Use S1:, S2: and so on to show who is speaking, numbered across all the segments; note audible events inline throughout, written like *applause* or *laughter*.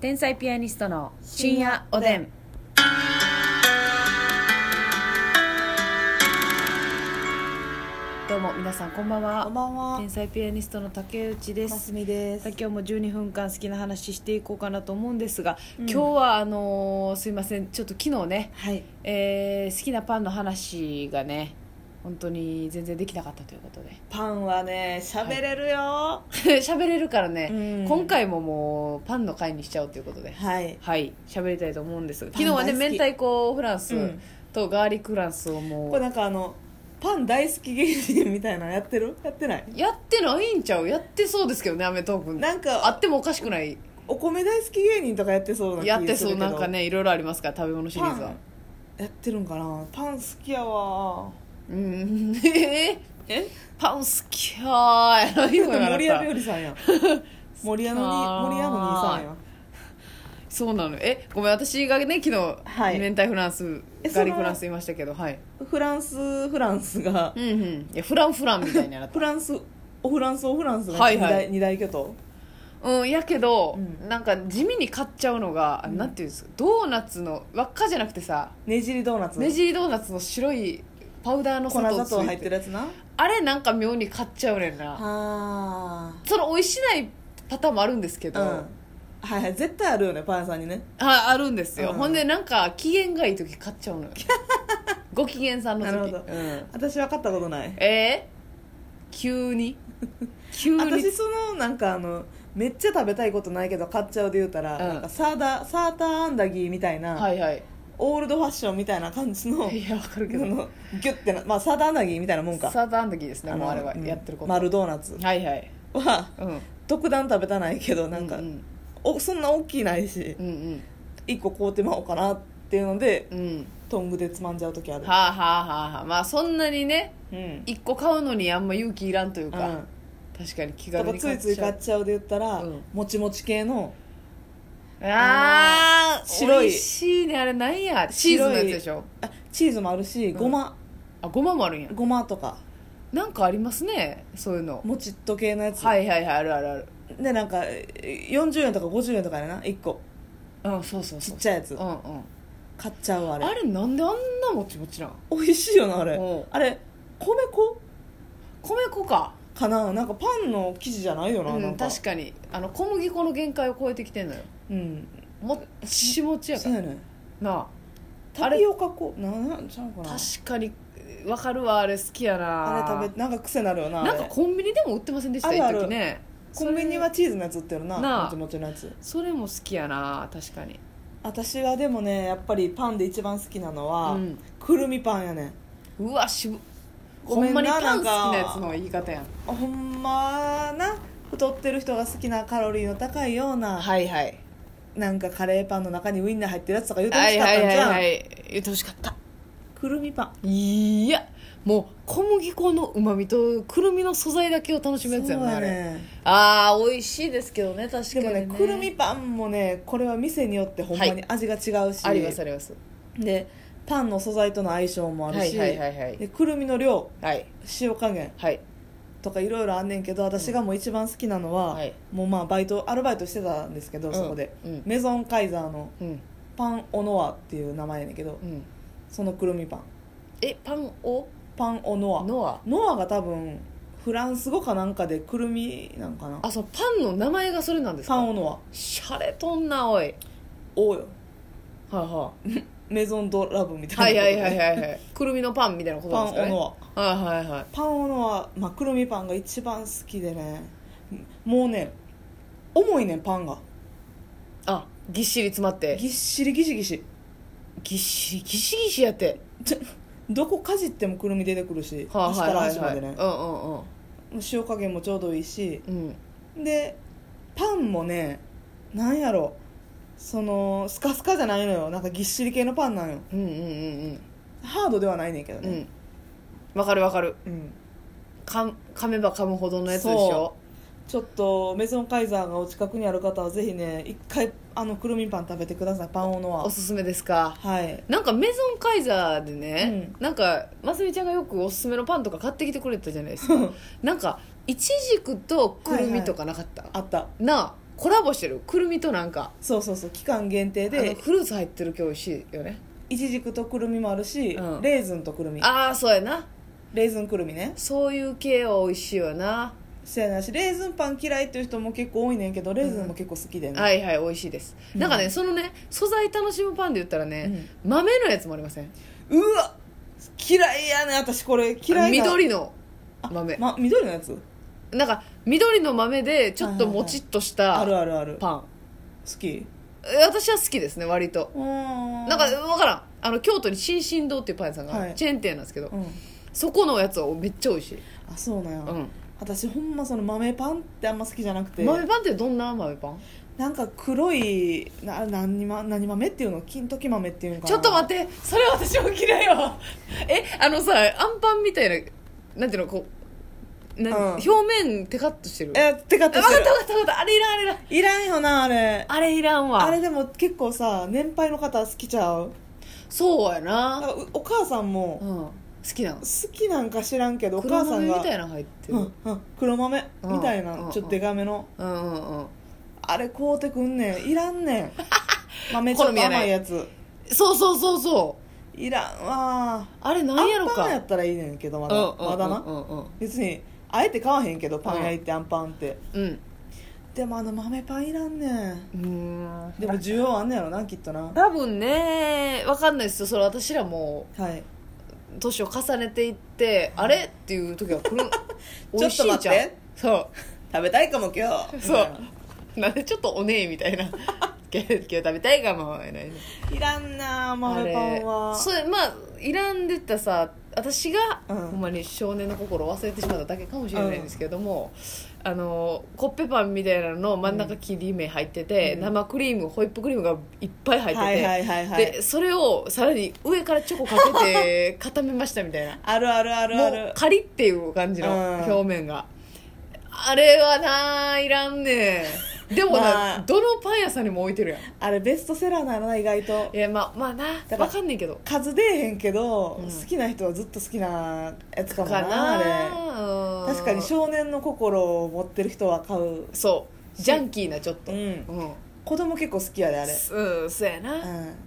S1: 天才ピアニストの深夜おでん。どうも皆さんこんばんは。
S2: こんばんは
S1: 天。才ピアニストの竹内で。
S2: ますすみです
S1: さあ。今日も12分間好きな話していこうかなと思うんですが、
S2: うん
S1: 今日はあのーすいませんちょっと昨日ね、
S2: はい。
S1: えー好きなパンの話がね本当に全然できなかったということで *laughs*
S2: パンはね、喋れるよ。は
S1: 喋れるからね、
S2: うん
S1: 今回ももうパンの回にしちゃおうということで
S2: い。
S1: はい喋りたいと思うんですが
S2: パン
S1: 昨日はね
S2: 大好
S1: 明
S2: き
S1: 太子フランス
S2: うん
S1: とガーリックフランスをも
S2: これ
S1: う
S2: なんかあのパン大好き芸人みたいなのやってる？やってない？
S1: やってないんちゃうやってそうですけどねアメトーーク
S2: なんか
S1: あってもおかしくない
S2: お米大好き芸人とかやってそうな気
S1: やって
S2: す
S1: そ
S2: る
S1: う
S2: けど
S1: なんか。ねいろいろありますから食べ物シリーズは
S2: パンやってるんかな。パン好きやわ。
S1: うん *laughs* え
S2: え？
S1: パン好きやーや
S2: *laughs*
S1: ないのよあ
S2: 森
S1: な
S2: 屋
S1: た
S2: 料理さ
S1: *laughs*
S2: んやん。森屋のに森屋の兄さんやん。
S1: そうなのえごめん私がね昨日、
S2: はい
S1: 明太フランス
S2: え
S1: ガーリッ
S2: そ
S1: クフ
S2: の
S1: ランス言いましたけどはい
S2: フランスフランスが
S1: うんうんいやフランフランみたいになっ
S2: フ
S1: た
S2: ランスおフランスおフランスが
S1: はい
S2: 二
S1: はい
S2: 大二大巨頭。
S1: うんやけど、
S2: うん
S1: なんか地味に買っちゃうのが、あ
S2: うん
S1: なんていうんですかドーナツの輪っかじゃなくてさ
S2: ねじりドーナツ。
S1: ねじりドーナツの白いパウダーの
S2: 粉
S1: 砂
S2: 砂
S1: 糖つ
S2: 糖
S1: い
S2: 入
S1: て
S2: って
S1: て
S2: るやつな。
S1: あれなんか妙に買っちゃうねんな
S2: は
S1: その美味しないパターンもあるんですけ
S2: あ
S1: ど、
S2: うんはいはい絶対あるよねパン屋さんにね
S1: ああるんですよ、
S2: うん
S1: ほんでなんか機嫌がいい時買っちゃ
S2: *laughs*
S1: うのよご機嫌さんの時
S2: なるほど
S1: うん
S2: 私分かったことない
S1: えー、急
S2: *laughs*
S1: に急
S2: 私
S1: に
S2: そのなんかあのめっちゃ食べたいことないけど買っちゃうで言うた
S1: う
S2: ら、
S1: ん
S2: なんかサーダサーターアンダギーみたいな、
S1: はいはい
S2: オールドファッションみたいな感じの
S1: いやわかるけ
S2: あ
S1: ど
S2: のギュッてな、まあ、サーターアンダギーみたいなもんか
S1: サーターアンダギーですね
S2: の
S1: もうあれはやってること、
S2: うん丸ドーナツ
S1: はいはい
S2: は
S1: うん
S2: 特段食べたないけどなんか、
S1: うんうん
S2: おそんな大きいないし
S1: うんうん
S2: 一個買うてまおうかなっていうので
S1: うん
S2: トングでつまんじゃう時ある、
S1: はあはあはあはあまあそんなにね
S2: うん
S1: 一個買うのにあんま勇気いらんというか、
S2: うん
S1: 確かに気
S2: と
S1: 軽
S2: か
S1: に
S2: つ
S1: 買っ
S2: いつい
S1: ち
S2: 買
S1: ゃ
S2: っ
S1: う
S2: ちゃうで言ったら、
S1: うん
S2: もちもち系の
S1: あー
S2: 白い
S1: 美味しいねあれなんやチーズのやつでしょ
S2: あチーズもあるし
S1: ん
S2: ごま、
S1: あごまもあるんや
S2: ごまとか
S1: なんかありますねそういうの
S2: もちっと系のやつ、
S1: はいはいはいあるあるある
S2: でなんかえ40円とか50円とかやな1個
S1: うんそうそう
S2: ち
S1: そ
S2: っ
S1: う
S2: ちゃいや
S1: う
S2: つ
S1: んうん
S2: 買っちゃうあれ
S1: あれなんであんなもちもちなん
S2: 美味しいよなあれ
S1: うん
S2: あれ米粉
S1: 米粉か
S2: かななんかパンの生地じゃないよな,、
S1: う
S2: なんんか
S1: 確かにあの小麦粉の限界を超えてきてんのよ
S2: うん
S1: もっちもちやか
S2: そう
S1: ら
S2: やねん
S1: なああ
S2: タ
S1: れ
S2: ピオカ粉ななんちゃうかな
S1: 確かにわかるわあれ好きやな
S2: あれ食べなんか癖なるよなあれ
S1: なんかコンビニでも売ってませんでした
S2: あるある
S1: 一時ね
S2: コンビニはチーズのやつ売ってるな
S1: なあ
S2: もちもちのやつ
S1: それも好きやな確かに
S2: 私はでもねやっぱりパンで一番好きなのは、
S1: うん
S2: くるみパンやねん
S1: うわ渋っ
S2: ご
S1: ほ
S2: め
S1: ん
S2: ん
S1: ま
S2: な
S1: にパン好きなやつ
S2: なん
S1: の言い方やん
S2: ほんまな太ってる人が好きなカロリーの高いような、
S1: いはい
S2: なんかカレーパンの中にウインナー入ってるやつとか言うてほ
S1: は
S2: し
S1: い
S2: かっ
S1: は
S2: たん
S1: い
S2: じゃん、
S1: はいはい言ってほしかった
S2: くるみパン
S1: いやもう小麦粉のうまみとくるみの素材だけを楽しむやつやんな、
S2: そう
S1: あ
S2: や
S1: れ
S2: ね
S1: あー美味しいですけどね確か
S2: で
S1: に
S2: もねくるみパンもねこれは店によってほんまに味が違うし、
S1: ありますあります
S2: でパンの素材との相性もあるし、
S1: はいはいはいはい
S2: でくるみの量
S1: はい
S2: 塩加減
S1: はい
S2: とかいろいろあんねんけど私がもう一番好きなのは、
S1: はい
S2: もうまあバイトアルバイトしてたんですけど、そこで、
S1: うん
S2: メゾンカイザーの
S1: うん
S2: パンオノアっていう名前やねんけど、
S1: うん
S2: そのくるみパン
S1: えパンを
S2: パンオノアノ
S1: のは
S2: アが多分フランス語かなんかでくるみなんかな
S1: あそうパンの名前がそれなんですか
S2: パンオノア
S1: シャレとんなおい
S2: おうよ
S1: はいは
S2: メゾンドラブみ
S1: い
S2: た
S1: はいい
S2: な
S1: はいはい
S2: い
S1: はい
S2: *laughs*
S1: はいくるみのパンみたいなこと
S2: パ
S1: なん
S2: ン
S1: ですかね
S2: オノア
S1: はいはいはい
S2: パンオノア、まあ、くるみパンが一番好きでねもうね重いねんパンが
S1: あぎっしり詰まって
S2: ぎっしりぎしぎし
S1: ぎっしりぎしぎしやって
S2: ちょどこかじってもくるみ出てくるし
S1: はあ
S2: 端
S1: は
S2: か
S1: い
S2: ら
S1: はい
S2: 端ま
S1: はい
S2: で
S1: うん
S2: ね
S1: うん
S2: 塩加減もちょうどいいし
S1: うんうん
S2: でパンもねなんやろそのスカスカじゃないのよなんかぎっしり系のパンなんよ
S1: うんうんうん
S2: ハードではないねんけど
S1: うんう
S2: ね
S1: んわかるわかる
S2: うん、
S1: かん噛めば噛むほどのやつでしょ
S2: そちょっとメゾンカイザーがお近くにある方はぜひね一回あのくるみパン食べてくださいパンオノ
S1: おすすめですか
S2: アはい
S1: なんかメゾンカイザーでね、
S2: う
S1: なんかますみちゃんがよくおすすめのパンとか買ってきてくれたじゃないですかなんかいちじくとくるみとかなかった、
S2: あった
S1: なあコラボしてるくるみとなんか
S2: そうそうそう期間限定
S1: で
S2: で
S1: フルーツ入ってる今日美味しいよね
S2: いちじくとくるみもあるし、
S1: うん
S2: レーズンとくるみ
S1: ああそうやな
S2: レーズンくるみね
S1: そういう系は美味しいわな、
S2: そやなしレーズンパン嫌いっていう人も結構多いねんけどレーズンも結構好きでね、
S1: はいはい美味しいです、
S2: うん
S1: なんかねそのね素材楽しむパンで言ったらね、豆のやつもありません
S2: うわ嫌いやね私これ嫌いな
S1: 緑の豆、
S2: ま、緑のやつ
S1: なんか緑の豆でちょっともちっとし
S2: あ
S1: た
S2: るあるある好
S1: パン
S2: き
S1: え私は好きですね割と
S2: な
S1: なんか分からんあの京都に新進堂っていうパン屋さんがある、
S2: はい
S1: チェーン店なんですけど、
S2: うん
S1: そこのやつはめっちゃ美味しい、
S2: あそうなんや、
S1: うん、
S2: 私ほんまその豆パンってあんま好きじゃなくて
S1: 豆パンってどんな豆パン
S2: なんか黒いな何ま何豆っていうの金時豆っていうのかな
S1: ちょっと待ってそれ私も嫌いよえあのさアンパンみたいななんていうのこうな、
S2: うん
S1: 表面テカッとしてる
S2: えってかっ
S1: あ分
S2: て
S1: かった分かった分かったあれいらんあれいらん
S2: いらんよなあれ
S1: あれいらんわ
S2: あれでも結構さ年配の方好きちゃう
S1: そうや
S2: なん
S1: な、
S2: かうお母さん
S1: う
S2: も
S1: ん、好きなの
S2: 好きなんか知らんけどお
S1: 黒
S2: 母さ
S1: 豆
S2: ん
S1: み
S2: が
S1: たいなの入って
S2: う
S1: る、
S2: んうん黒豆みたいな、
S1: うん
S2: ちょっとデカめの
S1: うん、うんうん
S2: あれ買うてくんねんいらん
S1: *laughs*
S2: ねん豆ちょっと甘いやつ
S1: そうそうそうそう
S2: いらんわ
S1: あれ
S2: ー
S1: なんやろ
S2: アンパンや
S1: か
S2: ったらいいねんけどま
S1: う
S2: だ、
S1: んうん
S2: まだな、
S1: うんうん
S2: 別にあえて買わへんけどパン屋行ってアンパンって、
S1: うん
S2: でもあの豆パンいらんねん
S1: うん
S2: でも需要あんねやろなきっとな
S1: 多分ね分かんないですよそれ私らも
S2: はい
S1: 年を重ねていってあれっていう時は来る
S2: *laughs* ちょっと待って
S1: そう
S2: 食べたいかも今日
S1: そなんでちょっとおねえみたいな *laughs* 今日食べたいかもみたいない
S2: らんな
S1: あ
S2: 豆
S1: れ
S2: パンは
S1: それまあいらんでったさ私が、
S2: うん
S1: ほんまに少年の心を忘れてしまっただけかもしれないんですけども、あのコッペパンみたいなのの真ん中切り目入ってて、
S2: うん
S1: 生クリームホイップクリームがいっぱい入ってて、
S2: はいはいはいはい
S1: でそれをさらに上からチョコかけて固めましたみたいな
S2: *laughs* あるあるあるあ
S1: もう
S2: る
S1: カリっていう感じの
S2: うん
S1: 表面が、あれはないらんねんでもな、
S2: まあ
S1: どのパン屋さんにも置いてるやん
S2: あれベストセラーなのな意外と
S1: いやまあまあな
S2: だから
S1: わかんないけど
S2: 数出えへんけど、
S1: うん
S2: 好きな人はずっと好きなやつか
S1: か
S2: もなあれ
S1: なうん
S2: 確かに少年の心を持ってる人は買う
S1: そうジャンキーなちょっと
S2: う
S1: うんん、
S2: 子供結構好きやであれ
S1: うん、そうやな、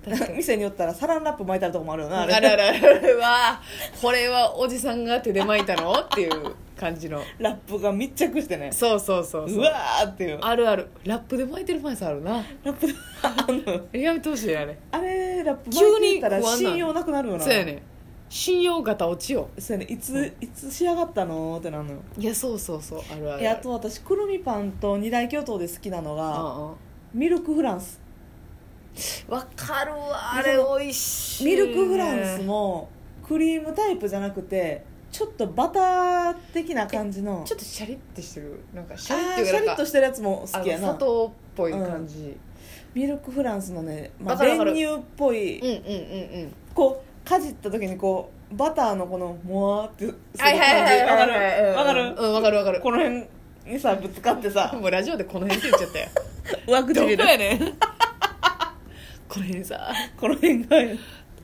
S1: 確か
S2: う
S1: に
S2: ん店によったらサランラップ巻いてあるとこもあるよな
S1: あ
S2: あ
S1: れ
S2: れ
S1: あれあれはこれはおじさんが手で巻いたのっていう感じの
S2: ラップが密着してね
S1: そうそうそうそう
S2: うわーっていう
S1: あるあるラップで巻いてるパン屋さんあるな
S2: ラップあの
S1: やめてほしいあれ
S2: あれラップ巻
S1: 急
S2: い
S1: に
S2: てたら
S1: 不安なの
S2: 信用なくなるよな
S1: そうやね信用型落ちよ
S2: そうやねいつ、
S1: うん
S2: いつ仕上がったのってなるのよ
S1: いやそうそうそうあるある
S2: えあと私くるみパンと二大巨頭で好きなのが、
S1: うんうん
S2: ミルクフランス
S1: わかるわあれ美味しい
S2: ミルクフランスもクリームタイプじゃなくてちょっとバター的な感じの
S1: ちょ
S2: っ
S1: っとシャリってしてるなんかシ
S2: シ
S1: ャ
S2: ャ
S1: リっ
S2: リッ
S1: ていうかなん
S2: と
S1: か
S2: してるやつも好きや
S1: あの砂
S2: な
S1: 糖っぽい感じ、
S2: ミルクフランスのね、まあ、
S1: わかるわか
S2: 練
S1: る
S2: 乳っぽい、
S1: うん、うんうんうんうん
S2: こうかじった時にこうバターのこのモワーってする感
S1: はい
S2: じ
S1: はいはい
S2: わ
S1: は
S2: か
S1: いはい
S2: るわか
S1: うん
S2: る
S1: うんわかるわかる
S2: この辺にさぶつかってさ
S1: もうラジオでこの辺って言っちゃったよ
S2: 上
S1: どこ
S2: 唇
S1: やねんこの辺さ
S2: この辺が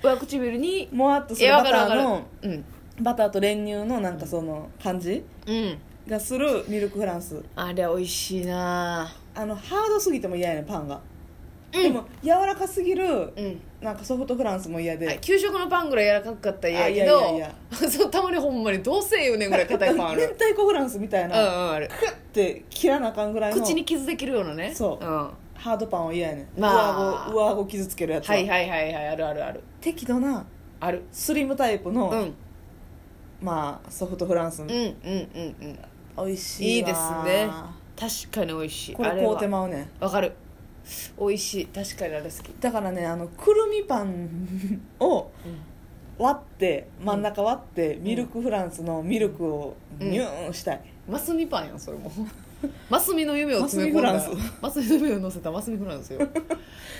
S1: 上唇に
S2: モワっとす
S1: え
S2: る
S1: わ
S2: バ
S1: か
S2: タ
S1: るわ
S2: ー
S1: かる
S2: の
S1: うん
S2: バターと練乳のなんかその感じ
S1: うん
S2: がするミルクフランス
S1: あれ美味しいな
S2: あのハードすぎても嫌やねんパンが、
S1: うん
S2: でも柔らかすぎる
S1: うん
S2: なんかソフトフランスも嫌で、
S1: あ給食のパンぐらい柔らかかったら嫌やけ
S2: あいやい
S1: ど
S2: や
S1: *laughs* そうたまにほんまにどうせ言うねんぐらい硬いパンあ
S2: 明
S1: る
S2: 太子フランスみたい
S1: うんう
S2: な、
S1: んある
S2: って切らなあかんぐらいの
S1: 口に傷できるようなね、
S2: そうん
S1: は
S2: ハードパンは嫌やねん、
S1: まあ
S2: 上顎上顎傷つけるや
S1: い
S2: つは
S1: はいはいはいあるあるある
S2: 適度な
S1: ある
S2: スリムタイプ
S1: う
S2: の、
S1: んうん
S2: まあソフトフランス、
S1: うんうんうん
S2: 美味しいわ
S1: いいですね確かに美味しい
S2: こ
S1: あ
S2: れ
S1: れ
S2: 買う
S1: は
S2: てまうねん
S1: わかる美味しい確かにあれ好き
S2: だからねあのくるみパンを割って真ん中割って、ミルクフランスのミルクをニューンしたい、
S1: マスミパンやんそれも *laughs* マスミの夢を詰め込んだ
S2: マスミフラン
S1: マスミの夢を乗せたマスミフランスよ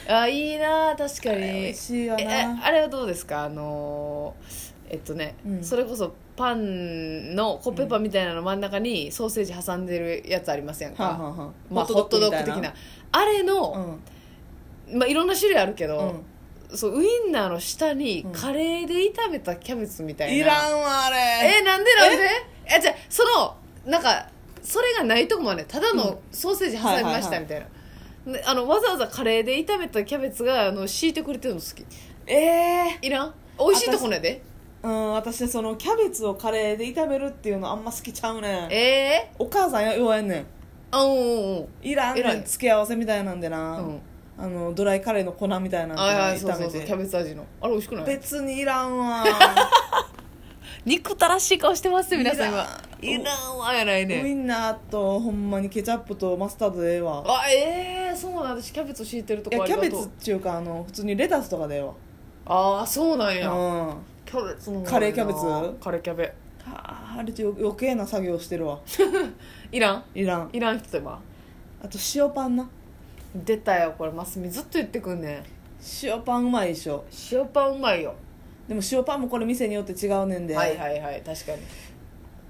S1: あいいなあ確かに
S2: 美味しいよ
S1: ええ
S2: な
S1: あれはどうですかあのーえっとね、
S2: うん
S1: それこそパンのコッペパンみたいなの真ん中にソーセージ挟んでるやつありますやんか、
S2: はんはんはん
S1: まあ、ホットドッグ的なあれ
S2: う
S1: の、
S2: ん
S1: まあ、いろんな種類あるけ
S2: う
S1: ど
S2: ん、
S1: そうウインナーの下に
S2: うん
S1: カレーで炒めたキャベツみたいな、
S2: いらんわあれ
S1: えなんでなんでえじゃあそのなんかそれがないとこもねただのソーセージ挟みましたみたいな、であのわざわざカレーで炒めたキャベツがあの敷いてくれてるの好き
S2: ええ
S1: いらん美味しいとこねで
S2: うん私そのキャベツをカレーで炒めるっていうのあんま好きちゃうねん
S1: ええ
S2: お母さんよ弱えんねん
S1: あうんうんうん
S2: いらん
S1: 偉
S2: ね
S1: い
S2: ん付け合わせみたいなんでな、
S1: うん
S2: あのドライカレーの粉みたいな
S1: はいはい
S2: の
S1: そう
S2: 炒
S1: そ
S2: め
S1: うそう
S2: て
S1: キャベツ味のあれ美味しくない
S2: 別にいらんわ
S1: 憎たらしい顔してますよ皆さん
S2: いらん
S1: 今いらんわやない
S2: ウ
S1: *laughs*
S2: イ
S1: ね
S2: ンナーとほんまにケチャップとマスタードでええわ
S1: あええそうなん私キャベツ敷いてると
S2: い
S1: こ
S2: や
S1: ありが
S2: キャ
S1: とう
S2: ベツっていうかあの普通にレタスとかでええわ
S1: ああそうなんや、
S2: うん
S1: キャベツの方が
S2: カレーキャベツ
S1: カレーキャベ
S2: ああれって余計な作業してるわ
S1: いらん
S2: いらん
S1: いらん人と今
S2: あと塩パンな
S1: 出たよこれますみずっと言ってくんねん
S2: 塩パンうまいでしょ
S1: 塩パンうまいよ
S2: でも塩パンもこれ店によって違うねんで、
S1: はいはいはい確かに、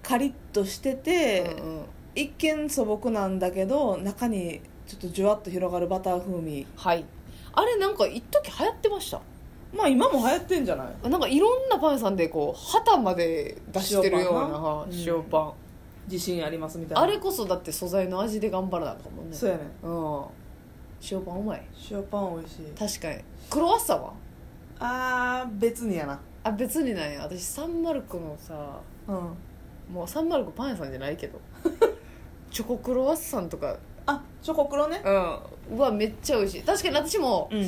S2: カリッとしてて、
S1: うんうん
S2: 一見素朴なんだけど中にちょっとじゅわっと広がるバター風味
S1: はいあれなんか一時流行ってました
S2: まあ今も流行ってんじゃない
S1: なんかいろんなパン屋さんでこう旗まで出してるようなは
S2: 塩パンな
S1: 塩パン,、
S2: 自信ありますみたいな
S1: あれこそだって素材の味で頑張らなあかんもんね
S2: そうやねん
S1: うん塩パンうまい
S2: 塩パン美味しい
S1: 確かにクロワッサンは
S2: あー別にやな
S1: あ別になんや私サンマルクのさ
S2: うん
S1: もうサンマルクパン屋さんじゃないけ
S2: *laughs*
S1: どチョコクロワッサンとか
S2: あチョコクロね
S1: うんうわめっちゃ美味しい確かに私も
S2: うん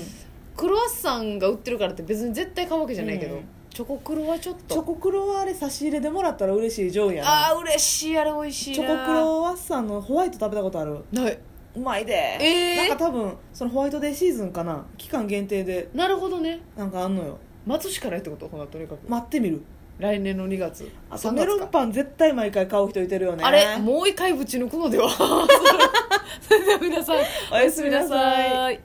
S1: クロワッサンが売ってるからって別に絶対買うわけじゃないけど、
S2: うん
S1: チョコクロはちょっ
S2: チョ
S1: と
S2: コクロはあれ差し入れでもらったら嬉しい上位や
S1: あ
S2: な
S1: あ嬉しいあれ美味しい
S2: チ
S1: な
S2: ョコクロワッサンのホワイト食べたことある
S1: ないう
S2: まいで
S1: えー
S2: なんか多分そのホワイトデーシーズンかな期間限定で
S1: なるほどね
S2: なんかあんのよ
S1: 待つしかないってことほなとにかく、
S2: 待ってみる
S1: 来年の2月
S2: あ
S1: 3
S2: とメ
S1: 月
S2: ロ
S1: か
S2: ンパン絶対毎回買う人いてるよね
S1: あれ
S2: *laughs*
S1: もう一回ぶち抜くのではそれでは皆さん
S2: おやすみなさい
S1: い